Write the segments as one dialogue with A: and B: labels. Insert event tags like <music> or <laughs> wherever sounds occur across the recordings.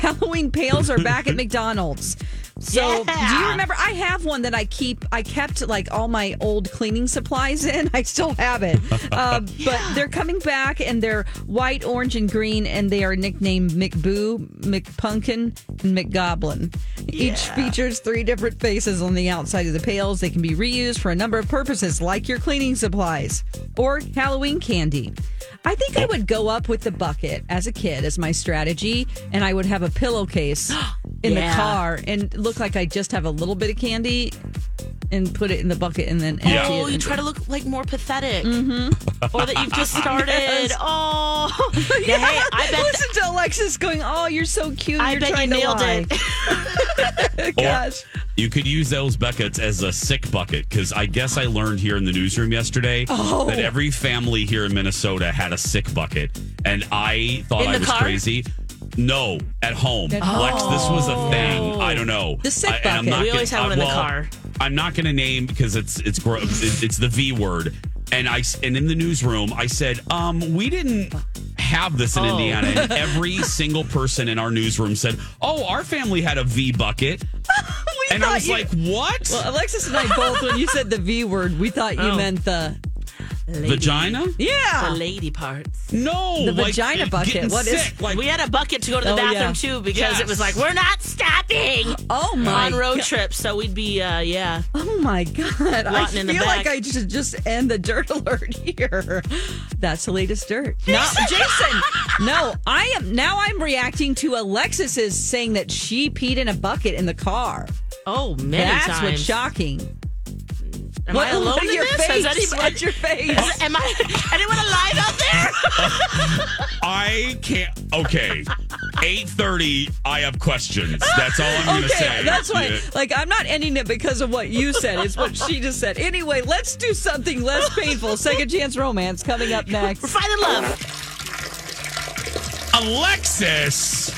A: <laughs> Halloween pails are back at McDonald's. So do you remember? I have one that I keep. I kept like all my old cleaning supplies in. <laughs> I still have it. Uh, But they're coming back, and they're white, orange, and green, and they are nicknamed McBoo, McPunkin, and McGoblin. Each features three different faces on the outside of the pails. They can be reused for a number of purposes, like your cleaning supplies or Halloween candy. I think I would go up with the bucket as a kid as my strategy, and I would have a
B: <gasps>
A: pillowcase in the
C: Yeah.
A: car and look like I just have a little bit of candy and put it in the bucket and then empty
B: Oh,
A: it.
B: you try to look like more pathetic, or that you've <laughs> just started. Oh, yeah. Hey, I bet.
A: <laughs> Listen to Alexis going, "Oh, you're so cute.
B: I
A: you're
B: bet you
A: trying
B: nailed
A: to
B: <laughs>
A: <laughs>
B: it.
A: lie." Gosh.
D: You could use those buckets as a sick bucket because I guess I learned here in the newsroom yesterday
B: Oh.
D: that every family here in Minnesota had a sick bucket, and I thought
B: In
D: I
B: the
D: was
B: car?
D: crazy. No, at home, Lex. This was a
B: Oh.
D: thing. I don't know.
A: The sick
D: I- and I'm
A: bucket.
D: not
B: We always
D: gonna-
B: had one
D: uh,
B: in the
D: well,
B: car.
D: I'm not going to name because it's it's gro- it's it's the V word. And I s- and in the newsroom, I said, um, we didn't have this in
B: Oh.
D: Indiana.
B: <laughs>
D: And every single person in our newsroom said, oh, our family had a V bucket.
A: We
D: And
A: thought
D: I was
A: you-
D: like, what?
A: Well, Alexis and I both, when you said the V word, we thought you
B: Oh.
A: meant the
D: vagina?
B: The
A: yeah.
B: lady parts.
D: No.
A: The vagina
D: it-
A: bucket.
D: getting
A: What is-
D: sick, like,
B: we had a bucket to go to the
A: Oh, yeah.
B: bathroom too because
D: Yes.
B: it was like we're not stopping
A: Oh my.
B: on road
A: go-
B: trips, so we'd be uh, yeah.
A: Oh my god! I
B: Rotten
A: feel
B: in the
A: like
B: back.
A: I should just end the dirt <laughs> alert here. That's the latest dirt.
B: <laughs>
A: No, Jason. No, I am now. I'm reacting to Alexis's saying that she peed in a bucket in the car.
B: Oh, many
A: That's
B: times.
A: what's shocking.
B: Am
A: What-
B: I alone
A: what
B: in
A: your
B: this?
A: Face?
B: Is anybody,
A: What's your face?
B: is- am I anyone alive out there? <laughs>
D: I can't. Okay. 8.30, I have questions. That's all I'm going to
A: Okay,
D: say.
A: that's why.
D: Yeah.
A: Like, I'm not ending it because of what you said. It's what she just said. Anyway, let's do something
B: <laughs>
A: less painful. Second chance romance coming up
B: We're
A: next.
B: finding love.
D: Alexis,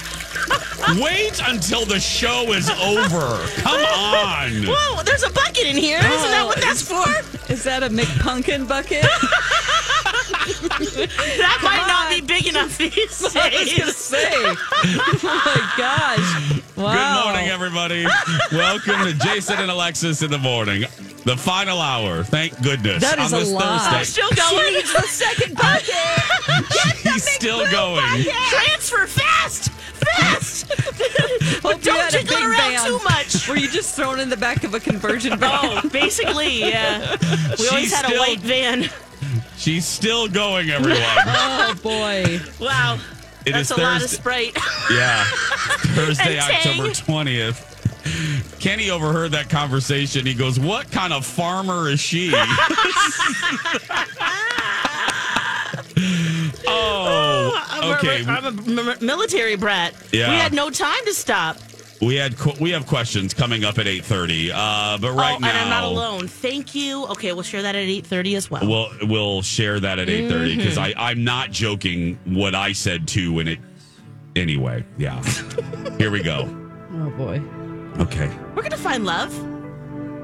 D: wait until the show is over. Come on.
B: Whoa, there's a bucket in here. Isn't that what that's for?
A: Is that a McPunkin bucket?
B: That might not be big enough <laughs> these
A: I was gonna <laughs>
B: days.
A: say. oh my gosh! Wow.
D: Good morning, everybody. Welcome to Jason and Alexis in the morning. The final hour. Thank goodness.
A: That is a
D: on this
A: lot.
D: Thursday.
B: Still going.
A: She needs the second <laughs> bucket.
D: He's still going.
B: Transfer
A: <laughs>
B: fast, fast.
A: Hope you
B: Don't
A: had a
B: jiggle
A: big
B: around
A: van.
B: too
A: <laughs>
B: much.
A: Were you just thrown in the back of a <laughs> conversion van?
B: Oh, <laughs> basically, yeah. We
D: She's
B: always had
D: still-
B: a white van. <laughs>
D: She's still going, everyone.
A: <laughs> Oh boy!
B: Wow.
D: It
B: That's
D: is
B: a lot of
D: Thursday.
B: Sprite.
D: Yeah. <laughs> Thursday,
B: And Tang.
D: October 20th. Kenny overheard that conversation. He goes, What kind of farmer
B: <laughs>
D: is she?
B: I'm
D: oh,
B: a-
D: okay.
B: <laughs> Oh, I'm a, m- military brat.
D: Yeah.
B: We had no time to stop.
D: We had qu- we have questions coming up at 8:30. Uh, but right
B: oh,
D: now
B: and I'm not alone. Thank you. Okay, we'll share that at 8:30 as well.
D: We'll we'll share that at 8:30 because
B: Mm-hmm.
D: I I'm not joking what I said too when it anyway.
B: <laughs>
D: Yeah. Here we go.
A: Oh boy!
D: Okay.
B: We're gonna find love.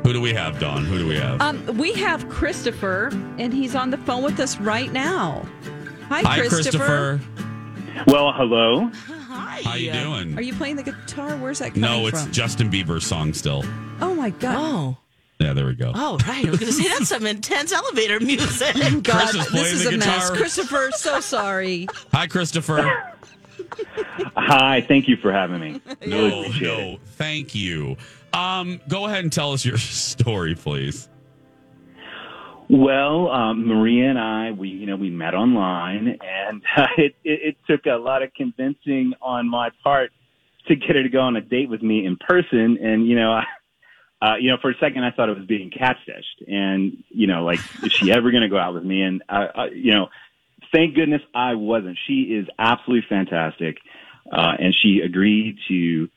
D: Who do we have, Don? Who do we have?
A: Um, we have Christopher, and he's on the phone with us right now. Hi,
D: Hi,
A: Christopher.
D: Christopher.
E: Well, hello.
B: Hi.
D: How you doing?
A: Are you playing the guitar? Where's that coming
D: no, it's
A: from?
D: Justin Bieber's song still.
A: oh my god!
B: Oh.
D: Yeah, there we go.
B: Oh, right. I was gonna say that's some <laughs> intense elevator music.
D: <laughs>
A: God,
D: Chris
A: uh,
D: is
A: this
D: playing
A: is
D: the
A: a mess.
D: <laughs> guitar.
A: Christopher, so sorry.
D: Hi, Christopher.
E: Hi, thank you for having me. Really
D: No,
E: appreciate it.
D: no, thank you. Um, go ahead and tell us your <laughs> story, please.
E: Well, um, Maria and I, we you know we met online, and <laughs> uh, it, it it took a lot of convincing on my part to get her to go on a date with me in person. And you know, <laughs> I, uh, you know, for a second I thought it was being catfished, and you know, like is she ever going to go out with me? And I, I, you know, thank goodness I wasn't. She is absolutely fantastic, uh, and she agreed to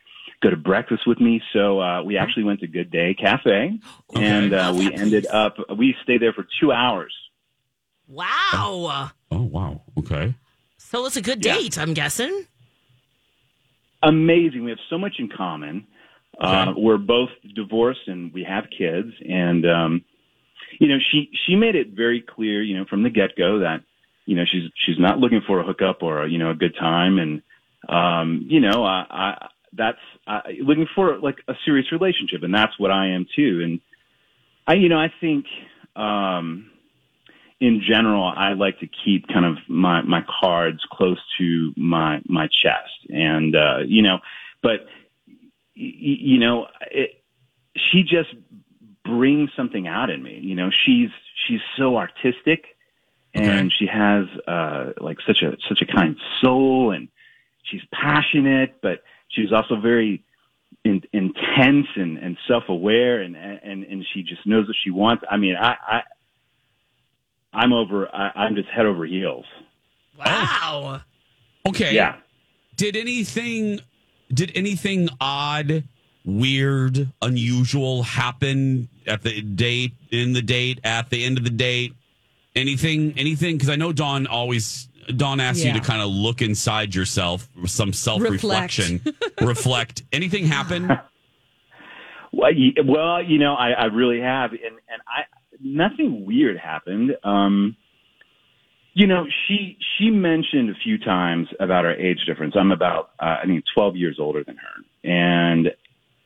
E: go to breakfast with me. So uh, we actually went to Good Day Cafe,
D: Okay.
E: and uh,
B: Love
E: we
B: that
E: ended
B: place.
E: up we stayed there for two hours.
B: Wow.
D: Oh wow. Okay.
B: So it's a good
E: Yeah.
B: date, I'm guessing.
E: Amazing. We have so much in common. Uh,
D: Okay.
E: We're both divorced and we have kids, and um, you know she she made it very clear, you know, from the get go that you know she's she's not looking for a hookup or a, you know a good time, and um, you know I, I that's I, looking for like a serious relationship, and that's what I am too. And I you know I think um, in general, I like to keep kind of my, my cards close to my, my chest. And, uh, you know, but, y- y- you know, it, she just brings something out in me. You know, she's, she's so artistic and she has, uh, like such a, such a kind soul and she's passionate, but she's also very, in, intense and, and self-aware and, and, and she just knows what she wants. I mean, I, I, I'm over. I, I'm just head over heels.
B: Wow.
D: Oh, Okay.
E: Yeah.
D: Did anything? Did anything odd, weird, unusual happen at the date? In the date? At the end of the date? Anything? Anything? Because I know Dawn always. Dawn asks
A: Yeah.
D: you to kind of look inside yourself, some self reflection, reflect. Anything happen?
E: Well, you, well, you know, I, I really have, and and I nothing weird happened. Um, you know, she she mentioned a few times about our age difference. I'm about, uh, I think, 12 years older than her, and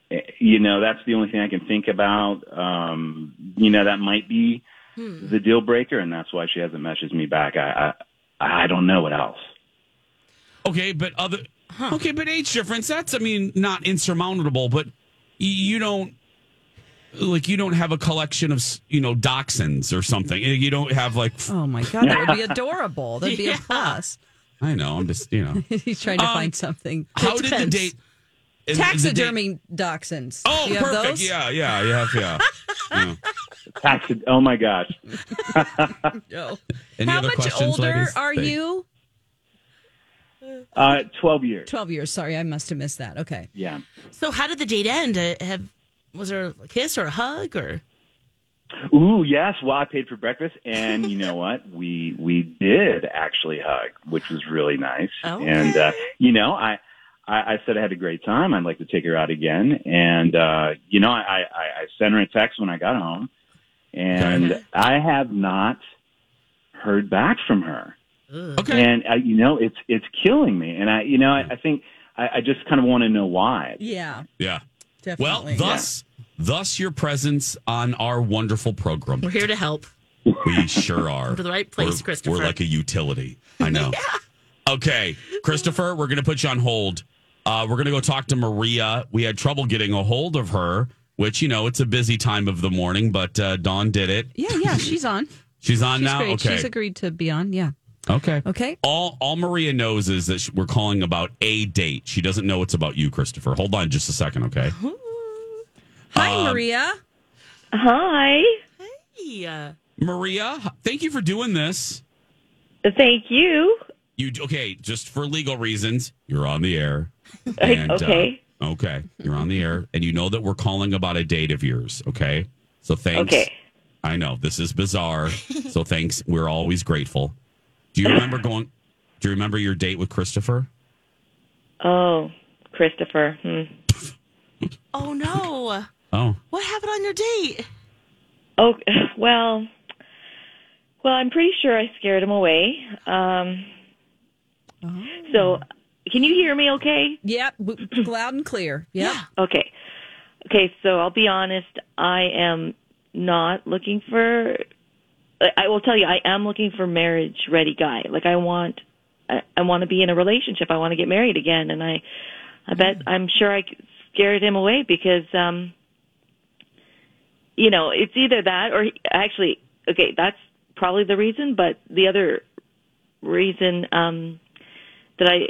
E: eh, you know, that's the only thing I can think about. Um, you know, that might be the deal breaker, and that's why she hasn't messaged me back. I I, I don't know what else.
D: Okay, but other okay, but age difference. That's I mean not insurmountable, but y- you don't like you don't have a collection of s- you know dachshunds or something. You don't have like f-
A: Oh my god, that would be adorable. That'd <laughs> be a plus.
D: I know. I'm just you
A: <laughs>
D: know
A: He's trying to
D: Um,
A: find something.
D: how did the
B: depends.
D: date and the date-
A: Taxidermy dachshunds.
D: Oh,
A: Do you have
D: perfect.
A: those?
D: Yeah, yeah, yeah, yeah.
A: <laughs>
D: yeah.
E: Tax. Oh my gosh.
A: No.
D: Any
A: How
D: other
A: much
D: questions,
A: older
D: ladies?
A: are
D: Thank-
A: you?
E: Uh, 12 years.
A: 12 years. Sorry, I must have missed that. Okay.
E: Yeah.
B: So how did the date end? Uh, Have was there a kiss or a hug or
E: Ooh, yes. Well, I paid for breakfast, and you
B: <laughs>
E: know what? We we did actually hug, which was really nice.
B: Okay.
E: And uh, you know, I, I I said I had a great time. I'd like to take her out again, and uh, you know, I, I I sent her a text when I got home, and
B: Okay.
E: I have not heard back from her.
D: Okay.
E: And uh, you know, it's it's killing me. And I, you know, I, I think I, I just kind of want to know why.
A: Yeah,
D: yeah. Well,
A: definitely.
D: thus thus your presence on our wonderful program.
B: we're here to help?
D: We sure are.
B: to the right place,
D: We're-
B: Christopher.
D: We're like a utility.
B: <laughs>
D: I know. Okay, Christopher, we're going to put you on hold. Uh, we're going to go talk to Maria. We had trouble getting a hold of her, which, you know, it's a busy time of the morning, but uh, Dawn did it.
A: yeah, yeah, she's
D: <laughs>
A: on.
D: She's on
A: She's
D: Uh, now.
A: great.
D: Okay.
A: She's agreed to be on. Yeah.
D: okay.
A: Okay.
D: All, all Maria knows is that sh- we're calling about a date. She doesn't know it's about you, Christopher. Hold on just a second,
F: <laughs>
D: okay?
A: Hi,
D: Um,
A: Maria.
F: Hi.
B: Yeah.
D: Maria, h- thank you for doing this.
F: Thank you.
D: You okay? Just for legal reasons, you're on the air. And, uh,
F: <laughs> okay.
D: okay, you're on the air, and you know that we're calling about a date of yours. Okay, so thanks.
F: Okay.
D: I know this is
F: <laughs>
D: bizarre, so thanks. We're always grateful. Do you
F: <laughs>
D: remember going? Do you remember your date with Christopher?
F: Oh, Christopher. Hmm.
B: Oh no.
D: Oh,
B: What happened on your date?
F: Oh, <sighs> well, well, I'm pretty sure I scared him away. Um, So, can you hear me okay?
A: Yep. w- Loud and clear. Yep.
B: Yeah.
F: Okay. Okay, so I'll be honest. I am not looking for, I I will tell you, I am looking for marriage ready guy. Like, I want I, I want to be in a relationship. I want to get married again. And I, I bet I'm sure I scared him away because, um, you know, it's either that or he, actually, okay, that's probably the reason. But the other reason um, that I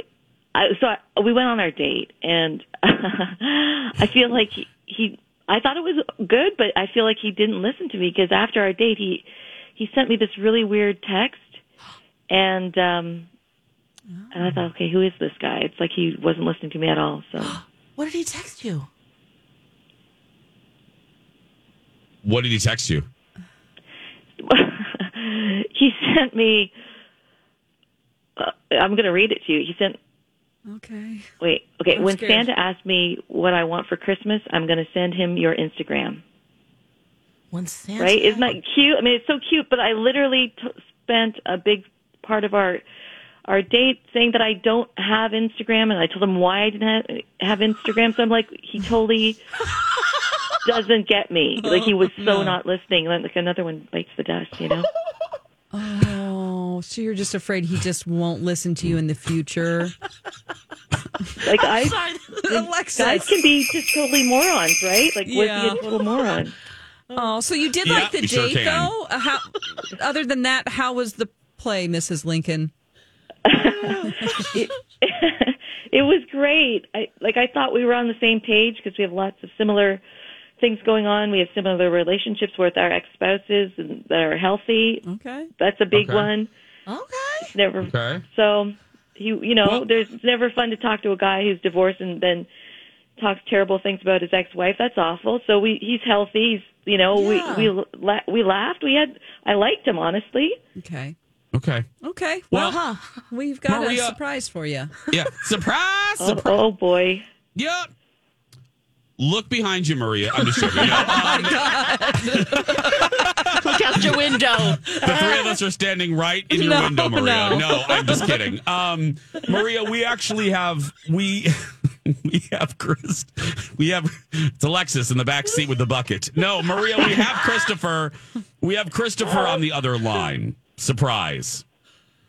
F: I, so I, we went on our date, and <laughs> I feel like he, he. I thought it was good, but I feel like he didn't listen to me because after our date, he he sent me this really weird text, and um, and I thought, okay, who is this guy? It's like he wasn't listening to me at all. So <laughs>
B: What did he text you?
D: What did he text you?
F: he sent me. Uh, I'm going to read it to you. He sent
A: Okay.
F: Wait, okay.
A: I'm
F: when
A: scared.
F: Santa asked me what I want for Christmas, I'm going to send him your Instagram.
B: When Santa
F: Right? Isn't that cute? I mean, it's so cute, but I literally t- spent a big part of our our date saying that I don't have Instagram, and I told him why I didn't have, have Instagram. So I'm like, he totally doesn't get me. Like he was so not listening. Like another one bites the dust, you know.
A: Oh, so you're just afraid he just won't listen to you in the
D: <laughs>
A: future?
F: Like I,
B: Sorry.
F: guys
A: Alexis.
F: can be just totally morons, right? Like, was
A: Yeah.
F: he a total moron?
A: Oh, so you did
D: Yeah,
A: like the
D: we sure
A: date
D: can.
A: though? Uh, How, other than that, how was the play, Mrs. Lincoln?
F: it was great. I like I thought we were on the same page because we have lots of similar things going on. We have similar relationships with our ex-spouses and that are healthy.
A: Okay.
F: That's a big
D: Okay.
F: one.
B: Okay.
F: Never
D: Okay.
F: so you you know,
D: Well-
F: there's it's never fun to talk to a guy who's divorced and then talks terrible things about his ex-wife. That's awful. So we he's healthy. He's you know,
B: Yeah.
F: we we la- we laughed. We had I liked him honestly.
A: Okay.
D: Okay.
A: Okay.
D: Well,
A: Well, we've got
D: Maria-
A: a surprise for you.
F: <laughs>
D: yeah. Surprise!
F: Oh,
D: Surprise!
F: oh boy.
D: Yep. Look behind you, Maria.
B: <laughs>
D: I'm just joking. No, um,
B: Oh Look out your window.
D: the three of us are standing right in your
A: No,
D: window, Maria.
A: no.
D: No. I'm just kidding. Um, Maria, we actually have we <laughs> we have Chris. We have it's Alexis in the back seat with the bucket. No, Maria, we have Christopher. We have Christopher on the other line. Surprise.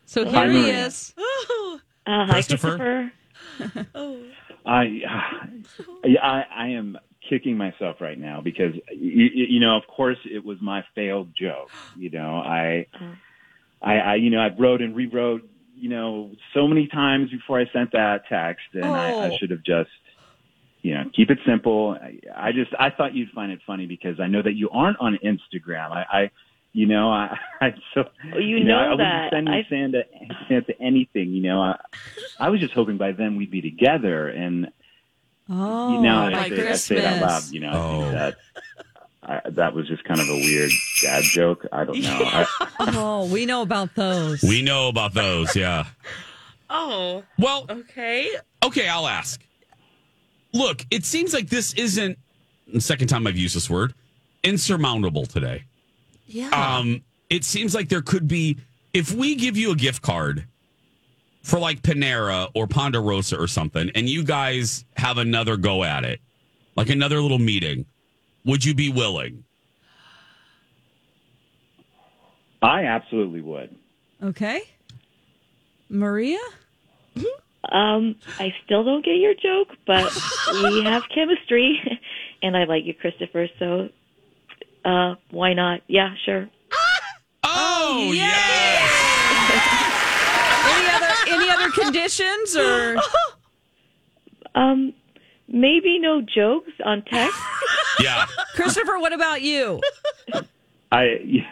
A: So here he
F: Maria.
A: is.
F: Uh, hi,
D: Christopher?
F: Christopher.
E: I, <sighs> I, I am kicking myself right now because you, you know, of course, it was my failed joke. You know, I,
F: Mm-hmm.
E: I, I, you know, I wrote and rewrote, you know, so many times before I sent that text, and I,
A: Oh.
E: I should have just, you know, keep it simple. I, I just, I thought you'd find it funny because I know that you aren't on Instagram. I. I you know, I, <laughs> I so
F: Oh, you
E: I-
F: know
E: I
F: that.
E: wasn't
F: I-
E: sending Santa, Santa anything. You know, I, I was just hoping by then we'd be together, and
A: Oh,
E: you know, I,
A: by
E: say, I say it out loud.
A: Christmas.
E: You know, I think that I, that was just kind of a weird dad joke. I don't know. I,
A: Oh, we know about those.
D: We know about those, yeah.
B: Oh,
D: Well,
B: okay.
D: okay, I'll ask. Look, it seems like this isn't the second time I've used this word, insurmountable today.
B: Yeah.
D: Um, it seems like there could be if we give you a gift card for like Panera or Ponderosa or something, and you guys have another go at it, like another little meeting, would you be willing?
E: I absolutely would.
A: Okay. Maria?
F: Um, I still don't get your joke, but
A: <laughs>
F: we have chemistry, <laughs> and I like you, Christopher. So, uh, why not? Yeah, sure.
D: Oh, yes.
A: Any other any other conditions or
F: Um, maybe no jokes on
A: <laughs>
F: text.
D: Yeah.
A: Christopher, what about you?
E: I, <laughs>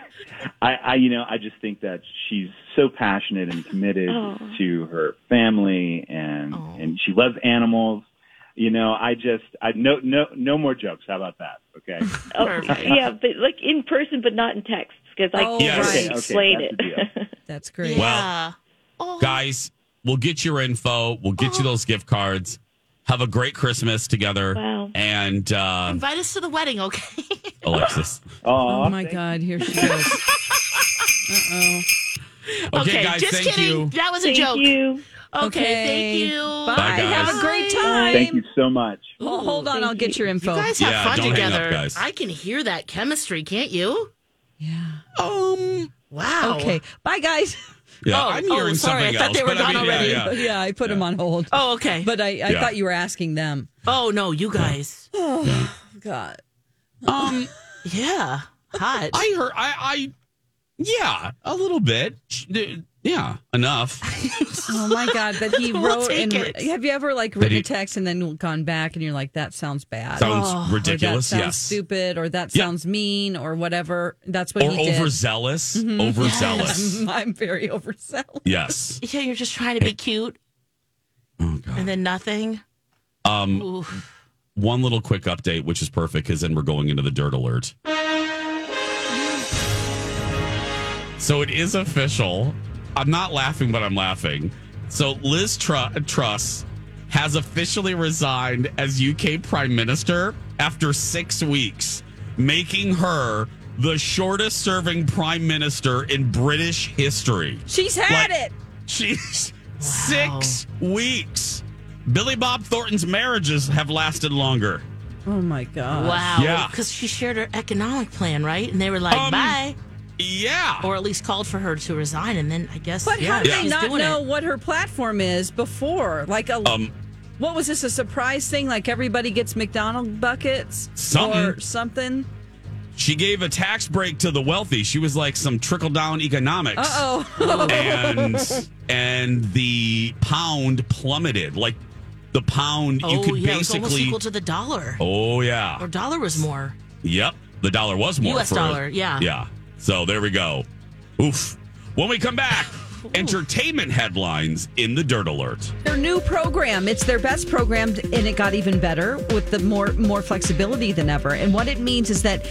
E: I, I, you know, I just think that she's so passionate and committed
F: Oh.
E: to her family, and and she loves animals. You know, I just, I no, no, no more jokes. How about that? Okay.
F: Oh, yeah, but like in person, but not in text because I
A: Oh,
F: can't
D: Yes.
F: really
A: right.
E: Okay,
F: explain
E: that's the
F: it.
A: That's great.
B: Yeah. oh,
D: Guys, we'll get your info. We'll get you those gift cards. Have a great Christmas together.
F: Wow.
D: And uh,
B: invite us to the wedding, okay?
D: Alexis.
E: Aw,
A: Oh my God, here she goes. Uh-oh.
D: Okay, guys,
B: just
D: thank
B: kidding.
D: you.
B: That was a
F: <laughs> Thank
B: joke.
F: you.
B: Okay,
A: Okay.
B: thank you.
A: Bye.
D: guys.
A: Have a great time.
E: Thank you so much.
A: Oh, hold on,
F: Thank
A: I'll get
F: you.
A: your info.
B: You guys have
D: Yeah,
B: fun
D: don't hang up,
B: together.
D: guys.
B: I can hear that chemistry, can't you?
A: yeah.
B: Um, Wow.
A: Okay. Bye guys.
D: Yeah,
B: Oh,
D: I'm
B: oh,
D: hearing
B: sorry, I
D: something
B: thought
D: else.
B: they were
D: but I
B: done
D: mean, yeah,
B: already.
D: yeah.
A: Yeah, I put him on hold.
B: Oh, okay.
A: But I, I
D: Yeah.
A: thought you were asking them.
B: oh no, you guys. <laughs>
A: God.
D: Um,
B: Yeah, hot.
D: I heard. I, I, yeah, a little bit. Sh- d- Yeah, enough.
A: Oh my God. But he
B: <laughs> We'll
A: wrote
B: take
A: and
B: it.
A: have you ever like
D: That
A: written
D: he-
A: a text and then gone back and you're like, that sounds bad.
D: Sounds
B: Oh,
A: or that
D: ridiculous.
A: sounds
D: yes.
A: stupid or that
D: Yeah.
A: sounds mean or whatever. That's what
D: Or
A: he did.
D: overzealous.
B: Mm-hmm.
D: Overzealous.
A: I'm, <laughs> I'm very overzealous.
D: yes.
B: yeah, you're just trying to be cute
D: Oh God.
B: and then nothing.
D: Um,
B: Ooh.
D: one little quick update, which is perfect, because then we're going into the dirt alert. So it is official. I'm not laughing, but I'm laughing. So Liz Tru- Truss has officially resigned as UK Prime Minister after six weeks, making her the shortest serving Prime Minister in British history.
A: She's had
D: Like-
A: it.
D: She's six weeks. Billy Bob Thornton's marriages have lasted longer.
A: Oh my God.
B: Wow.
D: Yeah.
B: Because she shared her economic plan, right? And they were like,
D: Um,
B: bye.
D: Yeah.
B: Or at least called for her to resign. And then I guess.
A: But how
B: yeah,
A: do
D: Yeah.
A: they
B: she's
A: not
B: doing
A: know
B: it.
A: what her platform is before? Like a
D: um,
A: what was this a surprise thing? Like everybody gets McDonald buckets
D: Something.
A: or something?
D: she gave a tax break to the wealthy. She was like some trickle down economics.
A: Uh oh.
B: <laughs>
D: And and the pound plummeted. Like the pound,
B: Oh,
D: you could
B: yeah. It was almost
D: basically.
B: equal to the dollar.
D: oh
B: Or
D: yeah.
B: dollar was more.
D: Yep. The dollar was more.
B: US
D: for-
B: dollar, yeah.
D: Yeah. So there we go. Oof. When we
B: <laughs>
D: come back, entertainment headlines in the dirt alert.
A: their new program, it's their best program and it got even better with the more more flexibility than ever. And what it means is that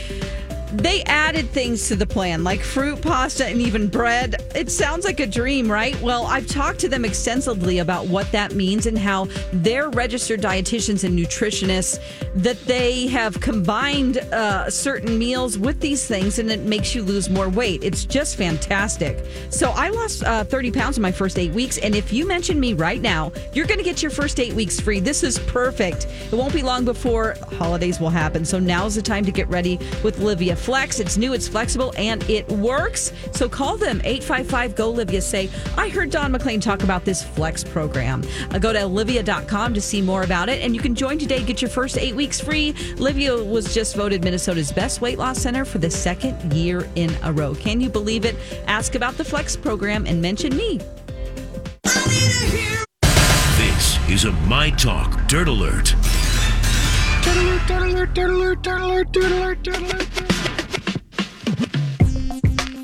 A: they added things to the plan like fruit pasta and even bread it sounds like a dream right well i've talked to them extensively about what that means and how their registered dietitians and nutritionists that they have combined uh, certain meals with these things and it makes you lose more weight it's just fantastic so i lost uh, 30 pounds in my first eight weeks and if you mention me right now you're going to get your first eight weeks free this is perfect it won't be long before holidays will happen so now's the time to get ready with livia flex it's new it's flexible and it works so call them 855 go livia say i heard don mclean talk about this flex program Uh, go to livia.com to see more about it and you can join today get your first eight weeks free livia was just voted minnesota's best weight loss center for the second year in a row can you believe it ask about the flex program and mention me
G: This is a My Talk Dirt Alert.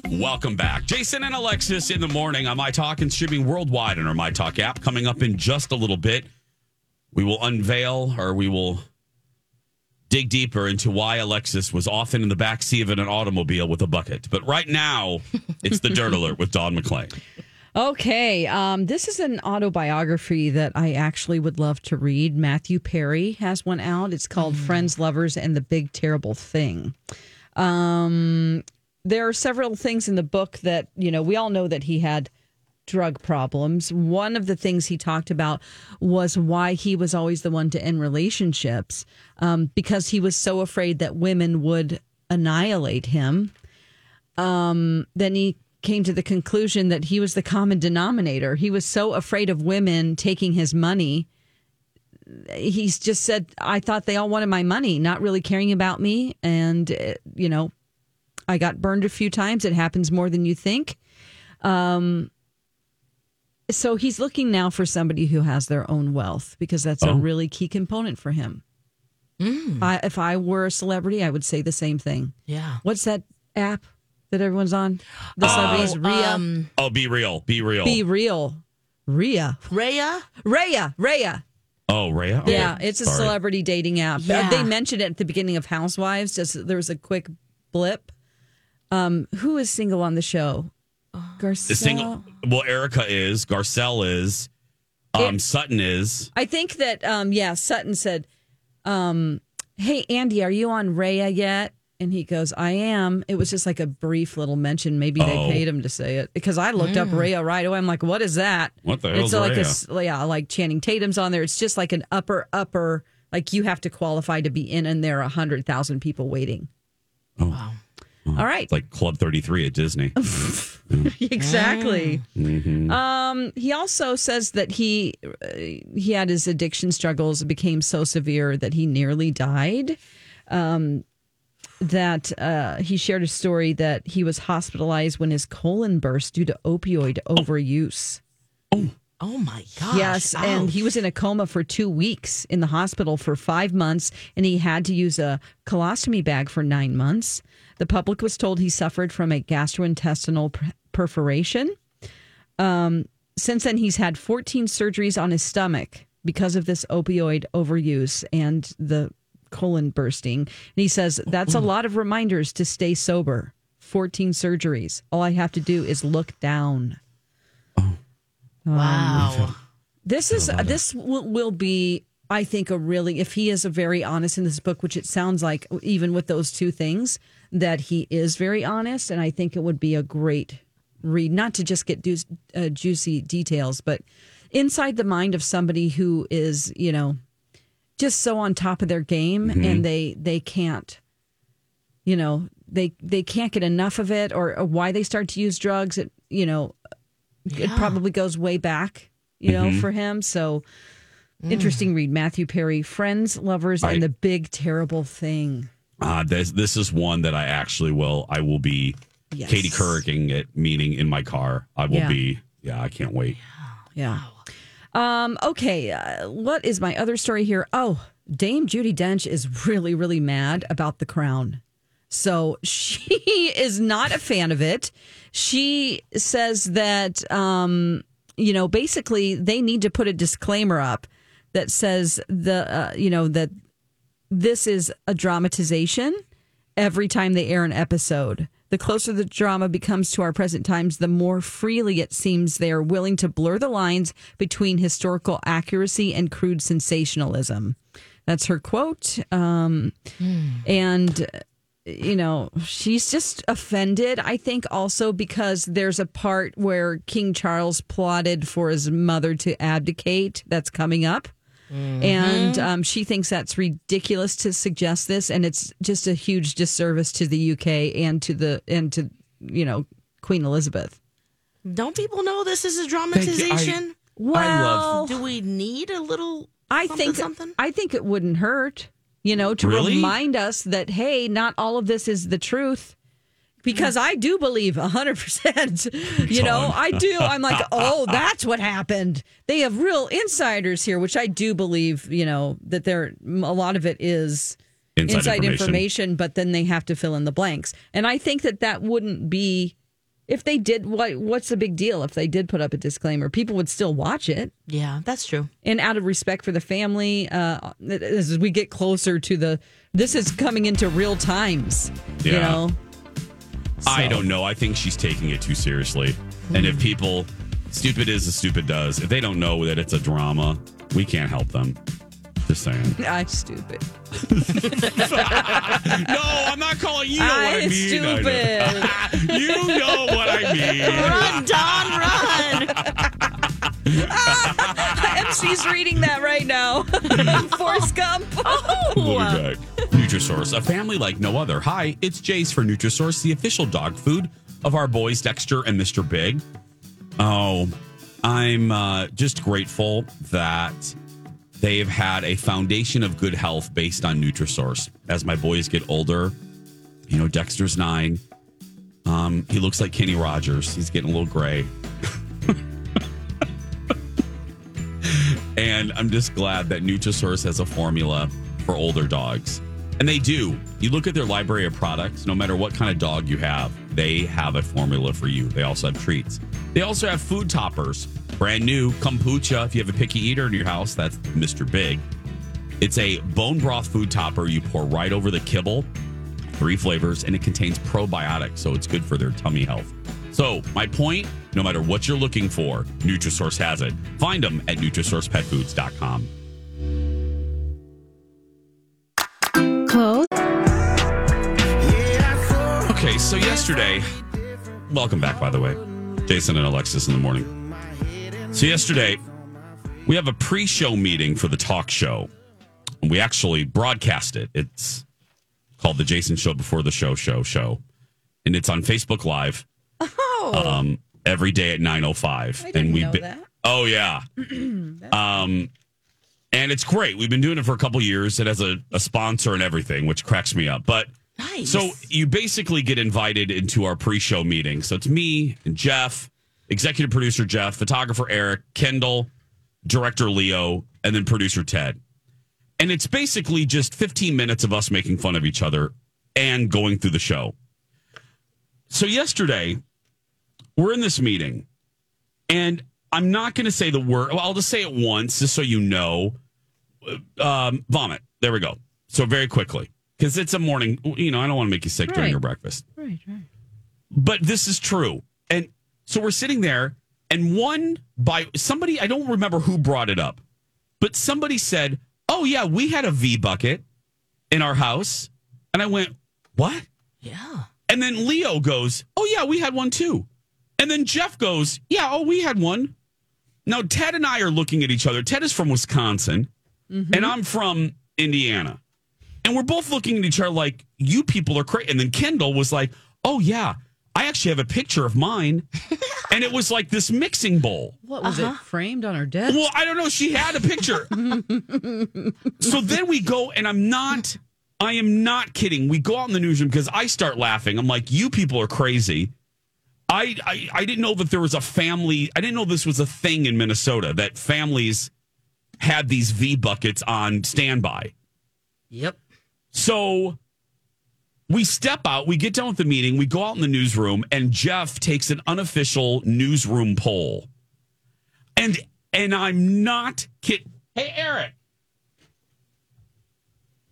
D: Welcome back. Jason and Alexis in the morning on My Talk and streaming worldwide on our My Talk app. Coming up in just a little bit, we will unveil or we will dig deeper into why Alexis was often in the backseat of an automobile with a bucket. But
A: <laughs>
D: right now, it's the Dirt Alert with Don McClain.
A: Okay, um, this is an autobiography that I actually would love to read. Matthew Perry has one out. It's called Friends, Lovers, and the Big Terrible Thing. Um, there are several things in the book that, you know, we all know that he had drug problems. One of the things he talked about was why he was always the one to end relationships um, because he was so afraid that women would annihilate him then he came to the conclusion that he was the common denominator. He was so afraid of women taking his money. He's just said, I thought they all wanted my money, not really caring about me. And, uh, you know, I got burned a few times. It happens more than you think. Um, so he's looking now for somebody who has their own wealth because that's a really key component for him. I, if I were a celebrity, I would say the same thing.
B: Yeah.
A: What's that app that everyone's on? The celebrities Rhea.
B: Um,
D: Oh, be real. Be real.
A: Be real. Rhea.
B: Rhea?
A: Rhea. Rhea.
D: oh, Rhea? Okay.
A: Yeah, it's a
D: Sorry.
A: celebrity dating app. Uh,
B: Yeah.
A: They mentioned it at the beginning of Housewives. Just there was a quick blip. Um, who is single on the show? Garcelle.
D: It's single. Well, Erica is. Garcelle is. Um, Sutton is.
A: I think that um, yeah, Sutton said, um, "Hey Andy, are you on Rhea yet?" And he goes, "I am." It was just like a brief little mention. Maybe they
D: Oh. Hmm.
A: paid him to say it because I looked up Rhea right away. I'm like, "What is that?"
D: What the
A: And
D: hell's
A: It's like a s- yeah, like Channing Tatum's on there. It's just like an upper upper. Like you have to qualify to be in, and there are hundred thousand people waiting.
D: Oh.
A: All right.
D: It's like Club 33 at Disney.
A: <laughs> exactly. Um, he also says that he uh, he had his addiction struggles became so severe that he nearly died. Um, that uh, he shared a story that he was hospitalized when his colon burst due to opioid overuse.
B: Oh my gosh.
A: Yes, and he was in a coma for two weeks in the hospital for five months, and he had to use a colostomy bag for nine months. The public was told he suffered from a gastrointestinal per- perforation. Um, since then, he's had 14 surgeries on his stomach because of this opioid overuse and the colon bursting. And he says that's a lot of reminders to stay sober. 14 surgeries. All I have to do is look down.
B: Wow.
A: This is this will, will be, I think, a really if he is a very honest in this book, which it sounds like even with those two things that he is very honest, and I think it would be a great read, not to just get du- uh, juicy details, but inside the mind of somebody who is, you know, just so on top of their game, and they they can't, you know, they they can't get enough of it, or, or why they start to use drugs. It you know, it probably goes way back, you know, for him. So interesting read Matthew Perry, Friends, Lovers,
D: I-
A: and the Big Terrible Thing.
D: Uh, this this is one that I actually will I will be
A: Yes.
D: Katie Couricing it meeting in my car. I will
A: Yeah.
D: be yeah, I can't wait.
A: Yeah. Um, okay. Uh, what is my other story here? Oh, Dame Judy Dench is really, really mad about the crown. So <laughs> she is not a fan of it. She says that, um, you know, basically they need to put a disclaimer up that says the, uh, you know, that this is a dramatization every time they air an episode. The closer the drama becomes to our present times, the more freely it seems they are willing to blur the lines between historical accuracy and crude sensationalism. That's her quote. Um, And, you know, she's just offended, I think, also because there's a part where King Charles plotted for his mother to abdicate that's coming up and um, she thinks that's ridiculous to suggest this, and it's just a huge disservice to the UK and to the and to you know Queen Elizabeth.
B: Don't people know this is a
D: you. I-
B: dramatization?
D: love-
B: Do we need a little
A: I
B: something,
A: think
B: something?
A: I think it wouldn't hurt, you know, to
D: Really?
A: remind us that hey, not all of this is the truth. Because I do believe 100%. <laughs> You know, I do. I'm
D: <laughs>
A: like, oh, that's what happened. They have real insiders here, which I do believe, you know, that there, a lot of it is
D: Inside,
A: inside
D: information.
A: information, but then they have to fill in the blanks. And I think that that wouldn't be if they did. What what's the big deal if they did put up a disclaimer? People would still watch it,
B: yeah, that's true.
A: and out of respect for the family, uh, as we get closer to the, this is coming into real times. You
D: Yeah.
A: know,
D: I don't know. I think she's taking it too seriously. And if people stupid is as stupid does, if they don't know that it's a drama, we can't help them. Just <laughs> saying.
A: I'm stupid.
D: no, I'm not calling you know what I
A: I'm
D: mean. I know. <laughs> you know what I mean.
B: Run, Don, run!
A: MC's reading that right now. <laughs> Forrest
D: <laughs>
A: Gump. Oh.
D: We'll be back. Nutrisource, a family like no other. Hi, it's Jace for Nutrisource, the official dog food of our boys Dexter and Mr. Big. Oh, I'm uh, just grateful that they've had a foundation of good health based on Nutrisource. As my boys get older, you know, Dexter's nine. Um, he looks like Kenny Rogers. He's getting a little gray. And I'm just glad that Nutrisource has a formula for older dogs. And they do. You look at their library of products, no matter what kind of dog you have, they have a formula for you. They also have treats. They also have food toppers, brand new kombucha. If you have a picky eater in your house, that's Mr. Big. It's a bone broth food topper you pour right over the kibble, three flavors, and it contains probiotics, so it's good for their tummy health. So, my point no matter what you're looking for, Nutrisource has it. Find them at NutrisourcePetFoods.com.
H: Clothes.
D: Okay, so yesterday, welcome back, by the way, Jason and Alexis in the morning. So, yesterday, we have a pre show meeting for the talk show, and we actually broadcast it. It's called The Jason Show Before the Show Show Show. and it's on Facebook Live
A: Oh,
D: um, every day at nine oh five.
A: I didn't
D: And
A: know
D: been,
A: that.
D: oh yeah, um, and it's great. We've been doing it for a couple years. It has a, a sponsor and everything, which cracks me up. But
B: Nice.
D: so you basically get invited into our pre-show meeting. So it's me and Jeff, executive producer Jeff, photographer Eric, Kendall, director Leo, and then producer Ted. And it's basically just 15 minutes of us making fun of each other and going through the show. So yesterday, we're in this meeting, and I'm not going to say the word. Well, I'll just say it once, just so you know. Um, vomit. There we go. So very quickly, because it's a morning. You know, I don't want to make you sick during
A: Right.
D: your breakfast,
A: right, right.
D: but this is true. And so we're sitting there, and one by somebody I don't remember who brought it up, but somebody said, "Oh yeah, we had a V bucket in our house," and I went, "What?"
B: Yeah.
D: And then Leo goes, Oh, yeah, we had one too. And then Jeff goes, Yeah, oh, we had one. Now, Ted and I are looking at each other. Ted is from Wisconsin, and I'm from Indiana. And we're both looking at each other like, You people are crazy. And then Kendall was like, Oh, yeah, I actually have a picture of mine. and it was like this mixing bowl.
I: What was
B: Uh-huh.
I: it framed on her desk?
D: Well, I don't know. She had a picture. so then we go, and I'm not, I am not kidding. We go out in the newsroom because I start laughing. I'm like, you people are crazy. I, I I didn't know that there was a family. I didn't know this was a thing in Minnesota that families had these V buckets on standby.
I: Yep.
D: So we step out, we get done with the meeting, we go out in the newsroom, and Jeff takes an unofficial newsroom poll. And and I'm not kidding. Hey, Eric.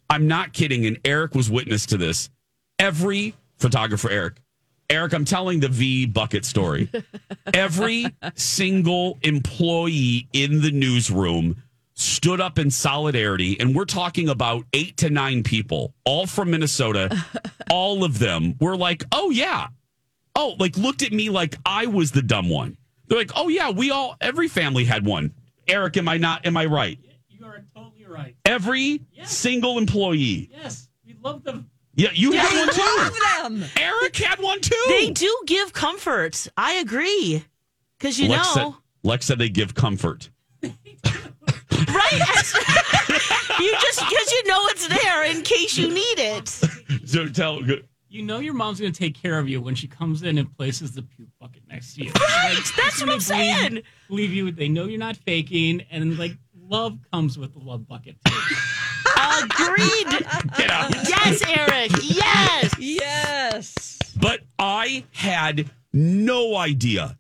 D: I'm not kidding. And Eric was witness to this. Every photographer, Eric. Eric, I'm telling the V bucket story. Every single employee in the newsroom stood up in solidarity. And we're talking about eight to nine people, all from Minnesota. all of them were like, oh, yeah. Oh, like looked at me like I was the dumb one. They're like, oh, yeah, we all, every family had one. Eric, am I not, am I right?
J: You are totally right.
D: Every single employee.
J: Yes, we love them.
D: Yeah, you had one
A: Love
D: too.
A: them.
D: Eric had one too.
B: They do give comfort. I agree. Because you know,
D: Lex Said, Lex said they give comfort.
B: right? you just because you know it's there in case you need it.
D: So tell.
J: You know your mom's going to take care of you when she comes in and places the puke bucket next to you.
B: Right?
J: Like,
B: <laughs> That's what
J: they
B: I'm
J: believe-
B: saying.
J: Believe you. They know you're not faking, and like love comes with the love bucket.
B: Agreed.
D: Get out.
B: Yes, Eric. Yes.
A: Yes.
D: But I had no idea.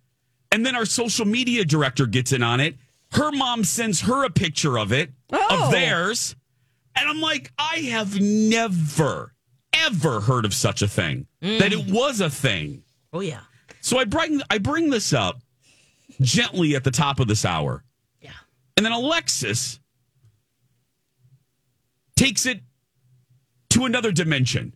D: And then our social media director gets in on it. Her mom sends her a picture of it,
A: Oh.
D: of theirs. And I'm like, I have never, ever heard of such a thing, that it was a thing.
B: Oh yeah.
D: So I bring I bring this up gently at the top of this hour.
B: Yeah.
D: And then Alexis takes it to another dimension.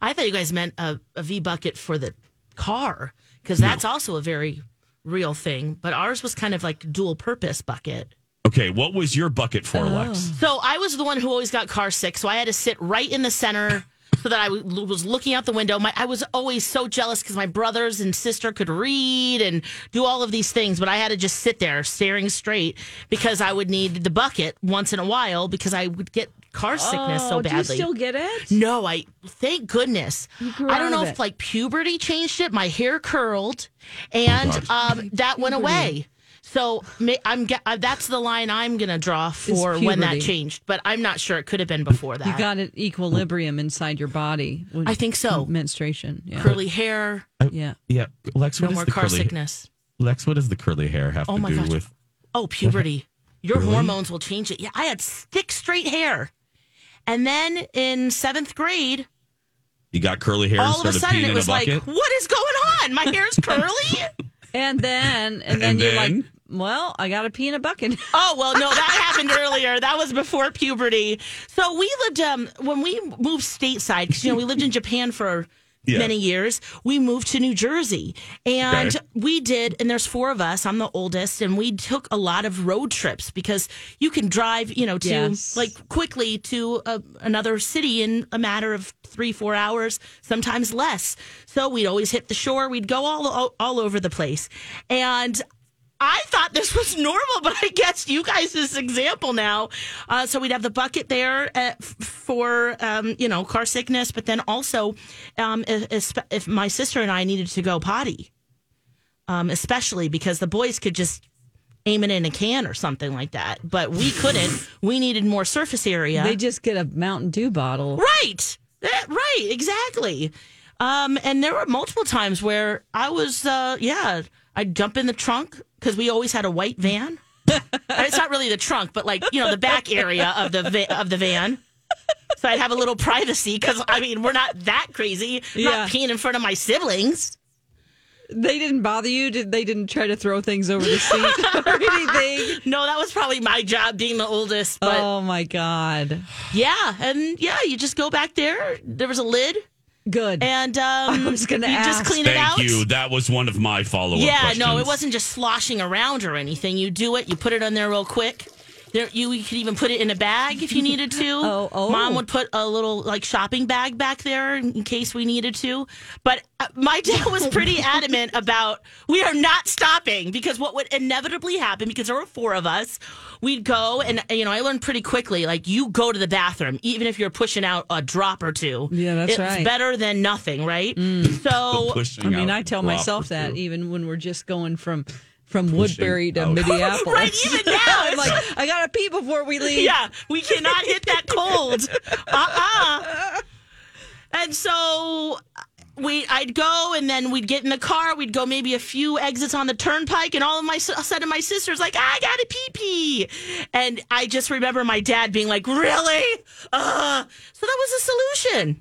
B: I thought you guys meant a, a V bucket for the car because that's also a very real thing. But ours was kind of like dual purpose bucket.
D: Okay, what was your bucket for, Lex?
B: So I was the one who always got car sick. So I had to sit right in the center so that I w- was looking out the window. My, I was always so jealous because my brothers and sister could read and do all of these things, but I had to just sit there staring straight because I would need the bucket once in a while because I would get car sickness so
A: Oh, do
B: badly.
A: you still get it?
B: No, I thank goodness.
A: grew
B: I
A: out
B: don't know
A: of
B: if
A: it.
B: like puberty changed it. My hair curled, and um, that went away. So ma- I'm ge- uh, that's the line I'm gonna draw for when that
A: puberty.
B: changed. But I'm not sure it could have been before that.
A: You got an equilibrium inside your body. with
B: I think so.
A: Menstruation. Yeah.
B: curly hair,
A: Yeah.
D: Yeah, Lex,
B: no more car sickness.
D: Lex, what does the curly hair have
B: Oh
D: to
B: my
D: do
B: gosh.
D: with?
B: Oh, puberty. Your hormones will change it. Yeah, I had thick straight hair, and then in seventh grade,
D: You got curly hair and
B: all of a
D: started
B: sudden
D: peeing
B: it
D: in a
B: was like,
D: bucket.
B: what is going on? My
D: <laughs>
B: hair's curly.
A: And then, and then
D: And
A: you're like,
D: then?
A: well, I got to pee in a bucket. <laughs>
B: Oh well, no, that happened earlier. That was before puberty. So we lived um, when we moved stateside because you know we lived in Japan for
D: Yeah.
B: many years, we moved to New Jersey. And
D: Okay.
B: we did, and there's four of us. I'm the oldest, and we took a lot of road trips because you can drive, you know, to
K: Yes.
B: like quickly to a, another city in a matter of three, four hours, sometimes less. So we'd always hit the shore. We'd go all all, all over the place, and. I thought this was <laughs> normal, but I guess you guys this example now. Uh, so we'd have the bucket there uh, f- for um, you know car sickness, but then also um, if, if my sister and I needed to go potty, um, especially because the boys could just aim it in a can or something like that. But we couldn't. we needed more surface area.
I: They just get a Mountain Dew bottle.
B: right. That- right. Exactly. Um, and there were multiple times where I was, uh, yeah, I'd jump in the trunk because we always had a white van. it's not really the trunk, but like you know the back area of the va- of the van. So I'd have a little privacy because I mean we're not that crazy. I'm
A: Yeah.
B: Not peeing in front of my siblings.
A: They didn't bother you. Did they didn't try to throw things over
I: <laughs>
A: the
B: <laughs>
A: seat or anything?
B: No, that was probably my job being the oldest. But
A: oh my god!
B: Yeah, and yeah, you just go back there. There was a lid.
A: Good.
B: And
A: <laughs>
B: um,
A: I was gonna
B: you
A: ask.
B: just clean
D: Thank
B: it out.
D: you. That was one of my follow up
B: yeah, no, it wasn't just sloshing around or anything. You do it. You put it on there real quick. There, you, you could even put it in a bag if you needed to.
A: Oh, oh.
B: Mom would put a little like shopping bag back there in in case we needed to. But uh, my dad was pretty adamant about we are not stopping because what would inevitably happen because there were four of us, we'd go and you know I learned pretty quickly like you go to the bathroom even if you're pushing out a drop or two.
I: Yeah, that's
B: it's
I: right.
B: Better than nothing, right? So
I: I mean, I tell myself that even when we're just going from from Woodbury to
D: <laughs>
B: out.
I: Minneapolis.
B: Right, even now,
I: I'm
A: <laughs>
B: it's
I: like, I gotta pee before we leave.
B: Yeah, we cannot hit that cold. Uh-uh. And so uh, we, I'd go, and then we'd get in the car. We'd go maybe a few exits on the turnpike, and all of my s- a set of my sisters like, I got to pee pee, and I just remember my dad being like, really? Uh. So that was a solution.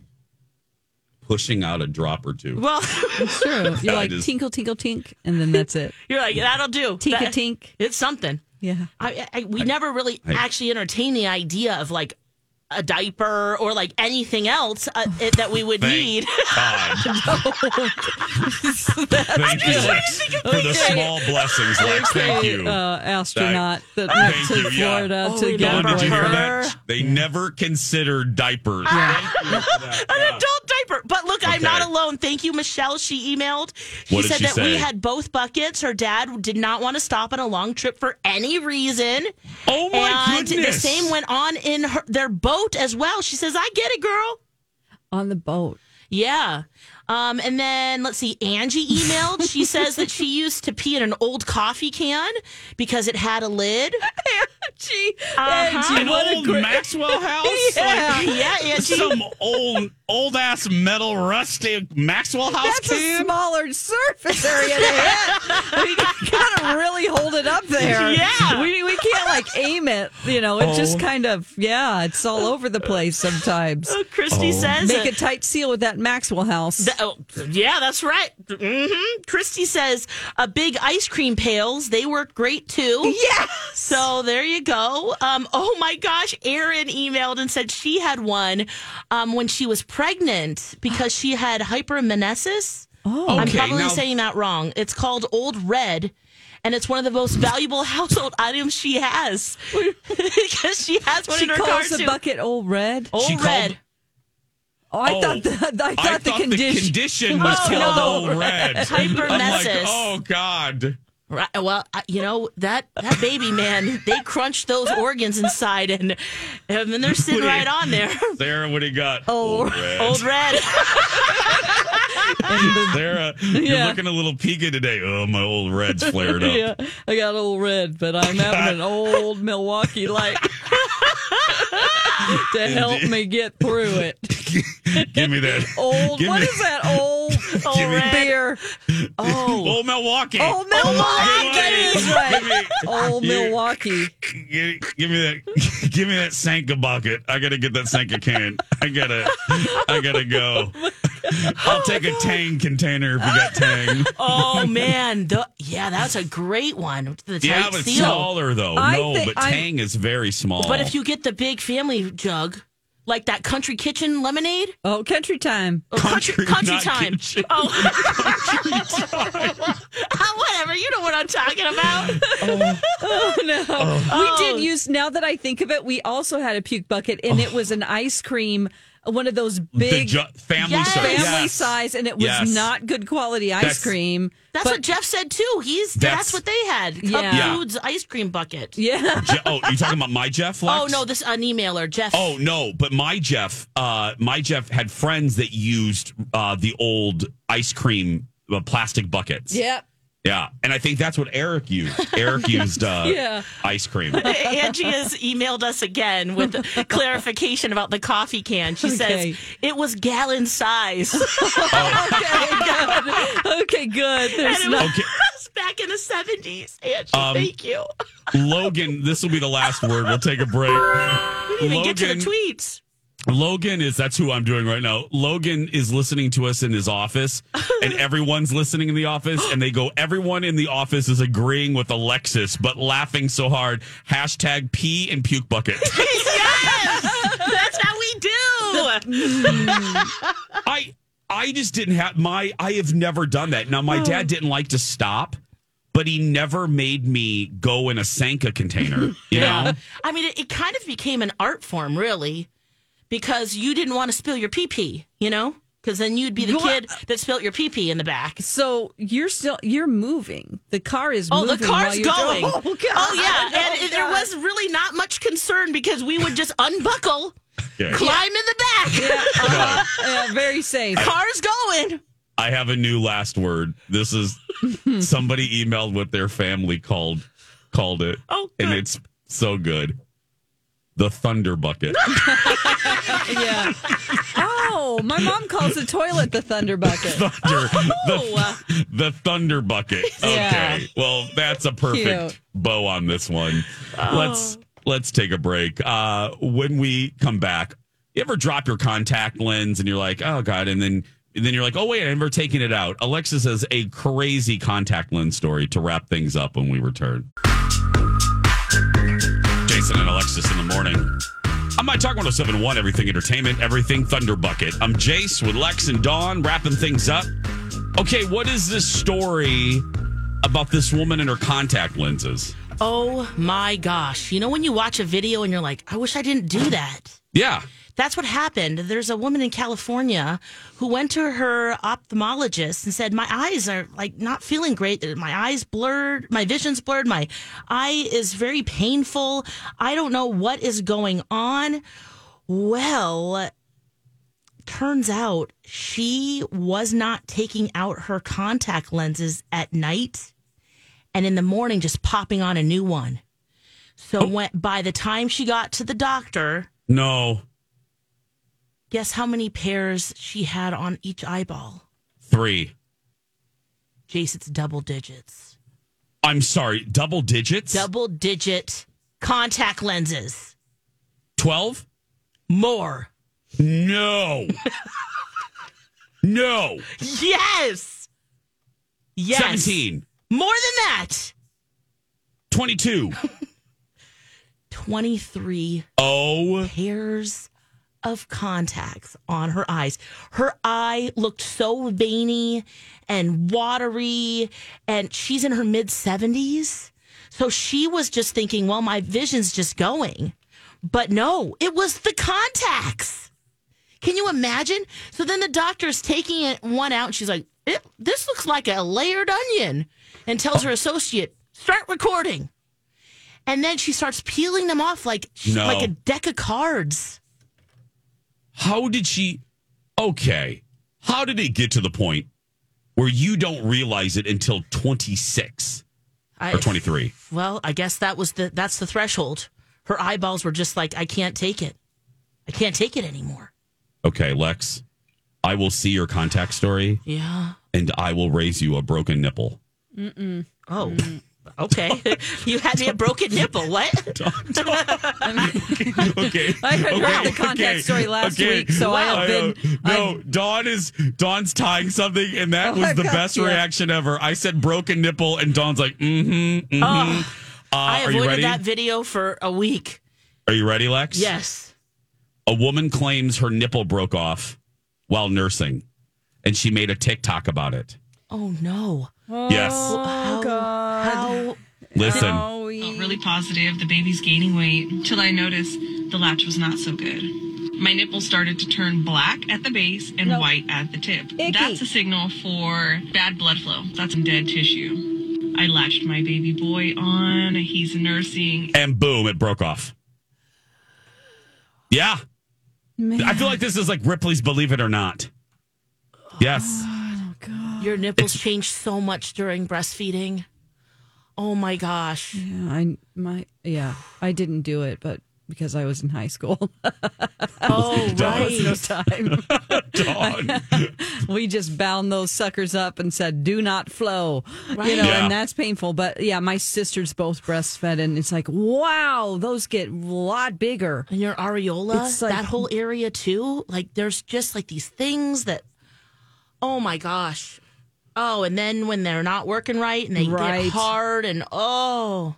D: pushing out a drop or two.
B: Well,
I: It's true. You're
D: I
I: like
D: just-
I: tinkle, tinkle, tink, and then that's
B: <laughs>
I: it.
B: you're like, that'll do.
I: Tink a
B: That-
I: tink.
B: It's something.
I: Yeah.
B: I, I we never really
I: I-
B: actually entertained the idea of like a diaper or like anything else uh, it, that we would
D: Thank
B: <laughs> need. <laughs>
D: Thank you,
B: just trying
D: Lex, for the small blessings, Lex. Thank you.
I: Uh, astronaut that
D: Thank
I: went to
D: you, yeah.
I: Florida
D: Oh,
I: to get
D: did you hear
I: Florida.
D: that? They never considered diapers.
B: An adult diaper. But look, I'm
D: Okay.
B: not alone. Thank you, Michelle. She emailed. She
D: What did
B: said
D: she
B: that
D: say?
B: we had both buckets. Her dad did not want to stop on a long trip for any reason.
D: Oh
I: my
B: and
I: goodness.
B: the same went on in her, their boat as well. She says, "I get it, girl."
I: On the
B: <laughs>
I: boat.
B: Yeah. Um, and then let's see, Angie emailed.
D: <laughs>
B: She says that she used to pee in an old coffee can because it had a
D: <laughs>
B: lid.
I: Angie, Uh-huh.
D: Angie, An what a old
B: <laughs>
D: great- Maxwell house?
B: Yeah,
D: Like,
B: yeah, Angie.
D: <laughs> Some old old ass metal rustic Maxwell House
A: That's
D: can.
A: a smaller surface area to hit. we gotta really hold it up there.
B: Yeah.
A: we we can't like aim it. You know, it
I: Oh.
A: just kind of yeah, it's all over the place sometimes.
B: Christy Oh. says
A: make
B: it-
A: a tight seal with that Maxwell house.
B: Th- oh, yeah, that's right. hmm Christy says a big ice cream pails. They work great too.
A: Yes.
B: So there you go. Um, oh my gosh, Erin emailed and said she had one um, when she was pregnant because she had hyperemesis.
I: Oh.
B: I'm
I: Okay,
B: probably
I: now-
B: saying that wrong. It's called Old Red. And it's one of the most valuable <laughs> household items she has <laughs> because she has one
A: she
B: in her car
A: calls the
B: too.
A: bucket old red.
B: Old red.
A: Oh, I
D: Oh,
A: thought the I thought the condition
D: was
B: Oh,
D: called
B: no.
D: old red. I'm like,
B: Hypermesis.
D: oh God.
B: Right. Well, I- you know that that baby man, they crunched those organs inside, and and then they're sitting
D: What do you-
B: right on there.
D: Sarah, what do you got? Old red.
B: Old <laughs> red.
D: Sarah, you're
I: Yeah.
D: looking a little peaky today. Oh, my old red's
A: <laughs>
D: flared up.
I: yeah, I got old red, but I'm having an old Milwaukee light to help me get through it.
D: Give me that.
I: Old,
D: Give
I: what
D: me-
I: is that old,
D: Give
I: old
D: me-
I: beer?
B: Oh.
D: <laughs> old Milwaukee.
I: Old Milwaukee
D: Give me-
I: is right.
A: <laughs>
D: give me-
I: Old
D: you-
I: Milwaukee.
D: Give, give me that. <laughs> Give me that Sanka bucket. I gotta get that Sanka can. I gotta. I gotta go. I'll take a Tang container if you got Tang.
B: Oh man, the, yeah, that's a great one. The tight
D: <laughs> Yeah, but
B: seal.
D: smaller though.
B: I
D: no,
B: think
D: but
B: I'm-
D: Tang is very small.
B: But if you get the big family jug, Like that country kitchen lemonade? <laughs>
I: Oh, country time.
B: Oh, country, country, time.
D: <laughs> kitchen.
B: Oh, whatever. You know what I'm talking about.
A: Oh no. We did use now that I think of it, we also had a puke bucket and it was an ice cream one of those
D: the
A: big
D: ju- family
B: Yes.
D: size.
A: family
D: Yes.
A: size and it was
D: Yes.
A: not good quality ice
D: That's-
A: cream.
B: That's
A: but
B: what Jeff said too. He's that's,
D: That's-
B: what they had. Cup
A: Yeah.
D: Yeah.
B: Foods ice cream
A: <laughs>
B: bucket.
A: yeah.
D: Je- oh, you talking about my Jeff?
B: <laughs>
D: Lex?
B: Oh no, this an emailer, Jeff.
D: Oh no, but my Jeff, uh, my Jeff had friends that used uh, the old ice cream uh, plastic buckets.
A: Yep.
D: Yeah, and I think that's what
B: <laughs>
D: Eric used. Eric used uh, ice cream.
B: Angie has emailed us again with clarification about the coffee can. She
I: Okay.
B: says it was gallon size. <laughs>
A: <laughs> okay, good. Okay, good. There's
B: And it
A: no
D: Okay.
B: was <laughs> back in the seventies. Angie,
D: Um,
B: thank you.
D: Logan, this will be the last word. We'll take a break.
B: <laughs> We didn't even get to the
D: Logan-
B: tweets.
D: Logan is that's who I'm doing right now. Logan is listening to us in his office,
B: <laughs>
D: and everyone's listening in the office, and they go, everyone in the office is agreeing with Alexis, but laughing so hard. Hashtag pee and puke
B: <laughs>
D: bucket.
B: yes, that's how we do.
D: I I just didn't have my I have never done that. Now my
B: Oh.
D: dad didn't like to stop, but he never made me go in a
B: <laughs>
D: Sanka container. You know?
B: I mean, it, it kind of became an art form, really, because you didn't want to spill your pee pee. You know, because then you'd be the kid that spilt your pee pee in the back.
A: so you're still you're moving. The car is
B: Oh,
A: moving.
B: the
A: while
B: car's
A: you're
B: going.
A: driving. <laughs> Oh, God.
B: yeah,
A: Oh,
B: and it- there
A: God.
B: was really not much concern because we would just unbuckle,
D: Okay.
B: climb in the back.
A: Yeah, very
B: <laughs>
A: safe.
B: Car's going.
D: I have a new last word. This
B: <laughs>
D: is somebody emailed what their family called called it.
B: Oh,
D: and
B: good.
D: it's so good. The
B: <laughs>
D: thunder bucket.
A: Yeah. <laughs> Oh, my mom calls the toilet the thunder bucket.
D: thunder.
B: Oh.
D: The, <laughs> the thunder bucket. Okay.
A: Yeah.
D: <laughs> Well, that's a perfect
A: Cute.
D: bow on this one. Let's let's take a break. Uh, when we come back, you ever drop your contact lens and you're like, oh god, and then and then you're like, oh wait, I never taken it out. Alexis has a crazy contact lens story to wrap things up when we return. Jason and Alexis in the morning. I'm My Talk 1071, Everything Entertainment, Everything Thunder Bucket. I'm Jace with Lex and Dawn wrapping things up. Okay, what is this story about this woman and her contact lenses?
B: Oh my gosh. You know, when you watch a video and you're like, I wish I didn't do that.
D: Yeah.
B: That's what happened. There's a woman in California who went to her ophthalmologist and said, My eyes are like not feeling great. My eyes blurred. My vision's blurred. My eye is very painful. I don't know what is going on. Well, turns out she was not taking out her contact lenses at night and in the morning just popping on a new one. So when, by the time she got to the doctor,
D: No,
B: guess how many pairs she had on each eyeball?
D: three.
B: Jace, it's double digits.
D: I'm sorry, double digits?
B: Double digit contact lenses.
D: 12?
B: More.
D: No. no.
B: Yes. Yes.
D: 17.
B: More than that.
D: 22.
B: 23
D: Oh,
B: pairs of contacts on her eyes. Her eye looked so veiny and watery, and she's in her mid 70s. So she was just thinking, well, my vision's just going. But no, it was the contacts. Can you imagine? So then the doctor's taking it one out, and she's like, "It- this looks like a layered onion, and tells her associate, start recording. And then she starts peeling them off like
D: No.
B: like a deck of cards.
D: how did she? Okay. How did it get to the point where you don't realize it until 26
B: I,
D: or 23?
B: Well, I guess that was the that's the threshold. Her eyeballs were just like, I can't take it. I can't take it anymore.
D: Okay, Lex, I will see your contact story
B: Yeah.
D: and I will raise you a broken nipple.
B: Oh.
D: Mm. <laughs>
B: Okay. <laughs> you had me a broken nipple. What?
D: okay. uh,
A: I had heard the contact story last week, so I have been-
D: No, Dawn is Dawn's tying something, and that was
A: I've
D: the
A: got-
D: best
A: yeah.
D: reaction ever. I said broken nipple, and Dawn's like, mm-hmm,
A: Oh,
D: mm-hmm. uh,
B: I
D: are you
B: avoided
D: ready?
B: that video for a week.
D: Are you ready, Lex?
B: Yes.
D: A woman claims her nipple broke off while nursing, and she made a TikTok about it.
B: Oh no.
D: Yes.
A: Oh,
B: How, how
D: Listen.
F: Felt really positive. The baby's gaining weight till I noticed the latch was not so good. My nipple started to turn black at the base and
L: Nope.
F: white at the tip.
L: Icky.
F: That's a signal for bad blood flow. That's some dead tissue. I latched my baby boy on. He's nursing.
D: And boom, it broke off. Yeah. I feel like this is like Ripley's Believe It or Not.
A: <laughs>
D: Yes.
B: your nipples change so much during breastfeeding? Oh my gosh.
A: Yeah, I my yeah, I didn't do it, but because I was in high school. <laughs>
B: Oh,
A: There was no
B: right.
A: time. we just bound those suckers up and said, "Do not flow," you
B: Right.
A: know,
B: Yeah.
A: and that's painful. But yeah, my sisters both breastfed, and it's like, wow, those get a lot bigger.
B: And your areola,
A: It's like-
B: that whole area too. Like there's just like these things that oh my gosh. Oh, and then when they're not working right and they
A: Right.
B: get hard and oh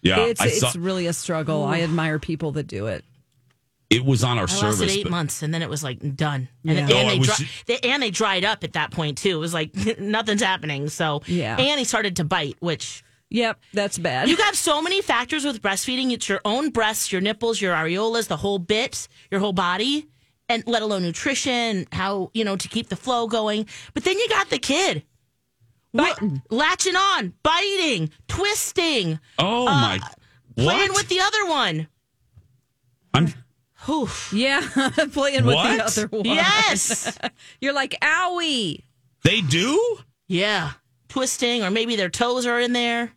D: Yeah.
A: it's
D: I saw-
A: it's really a struggle. I admire people that do it.
D: it was on our
B: I
D: service.
B: lasted eight
D: but-
B: months and then it was like done.
D: Yeah.
B: And, and
D: Oh, I
B: they
D: was
B: dri-
D: ju-
B: they, and they dried up at that point too. It was like <laughs> nothing's happening. So
A: Yeah.
B: and he started to bite, which
A: Yep, that's bad.
B: You got so many factors with breastfeeding. It's your own breasts, your nipples, your areolas, the whole bit, your whole body, and let alone nutrition, how, you know, to keep the flow going. But then you got the kid. Wh- latching on, biting, twisting,
D: oh my.
B: Uh, playing
D: What?
B: with the other one.
D: I'm-
B: Whew.
A: Yeah, <laughs> playing with
D: What?
A: the other one.
D: <laughs>
B: Yes.
A: You're like, owie.
D: they do?
B: Yeah. Twisting, or maybe their toes are in there.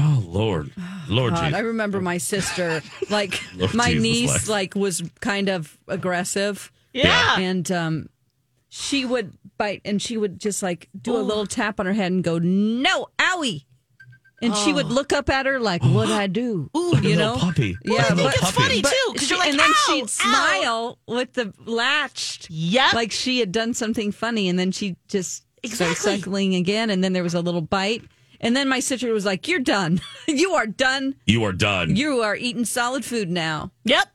D: Oh, Lord. Lord
A: God, I
D: Jesus.
A: remember my sister,
D: <laughs>
A: like
D: Lord
A: my
D: Jesus,
A: niece,
D: Lex.
A: like was kind of aggressive.
B: Yeah.
A: and um, she would bite, and she would just like do a little tap on her head and go, "No, owie." And she would look up at her like, "What I do?"
B: Ooh,
D: Oh. a
A: you
D: little
A: know,
D: puppy.
A: Yeah,
D: Like a little
A: but-
D: puppy.
B: Funny,
A: but
B: too, 'cause
A: she-
B: you're like,
A: and then
B: "Ow,
A: she'd
B: ow."
A: smile with the latched,
B: Yep.
A: like she had done something funny, and then she just
B: Exactly.
A: started suckling again, and then there was a little bite, and then my sister was like, "You're done. <laughs> you are done.
D: You are done.
A: You are eating solid food now."
B: Yep.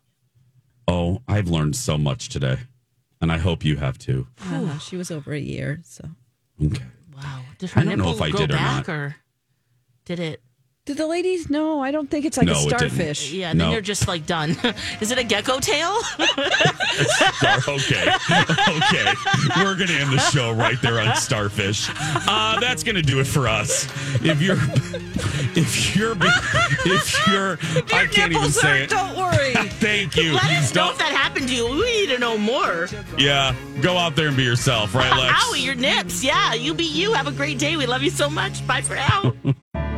D: oh, I've learned so much today. And I hope you have too.
B: Uh-huh.
A: Uh, she was over a year, so
B: <laughs>
D: Okay.
B: Wow. Did
D: I don't know if I
B: go
D: did or
B: back
D: not.
B: or did it?
A: did the ladies? No, I don't think it's like
D: No,
A: a
D: it didn't.
A: starfish.
B: Yeah, and then
D: No.
B: you're just like done. <laughs> Is it a gecko tail?
D: okay. Okay. We're going to end the show right there on Starfish. Uh, that's going to do it for us. If you're, if you're, if you're, I can't even
A: nipples
D: say
A: hurt, <laughs>
D: it.
A: don't worry.
D: Thank
B: <laughs>
D: you.
B: Let us know
D: Don't-
B: if that happened to you. We need to know more.
D: Yeah. Go out there and be yourself, right, Lex?
B: Owie, your nips. Yeah, you be you. Have a great day. We love you so much. Bye for now.